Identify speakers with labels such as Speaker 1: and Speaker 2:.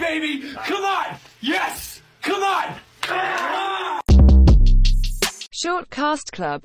Speaker 1: baby! Come on! Yes! Come on!
Speaker 2: Short Cast Club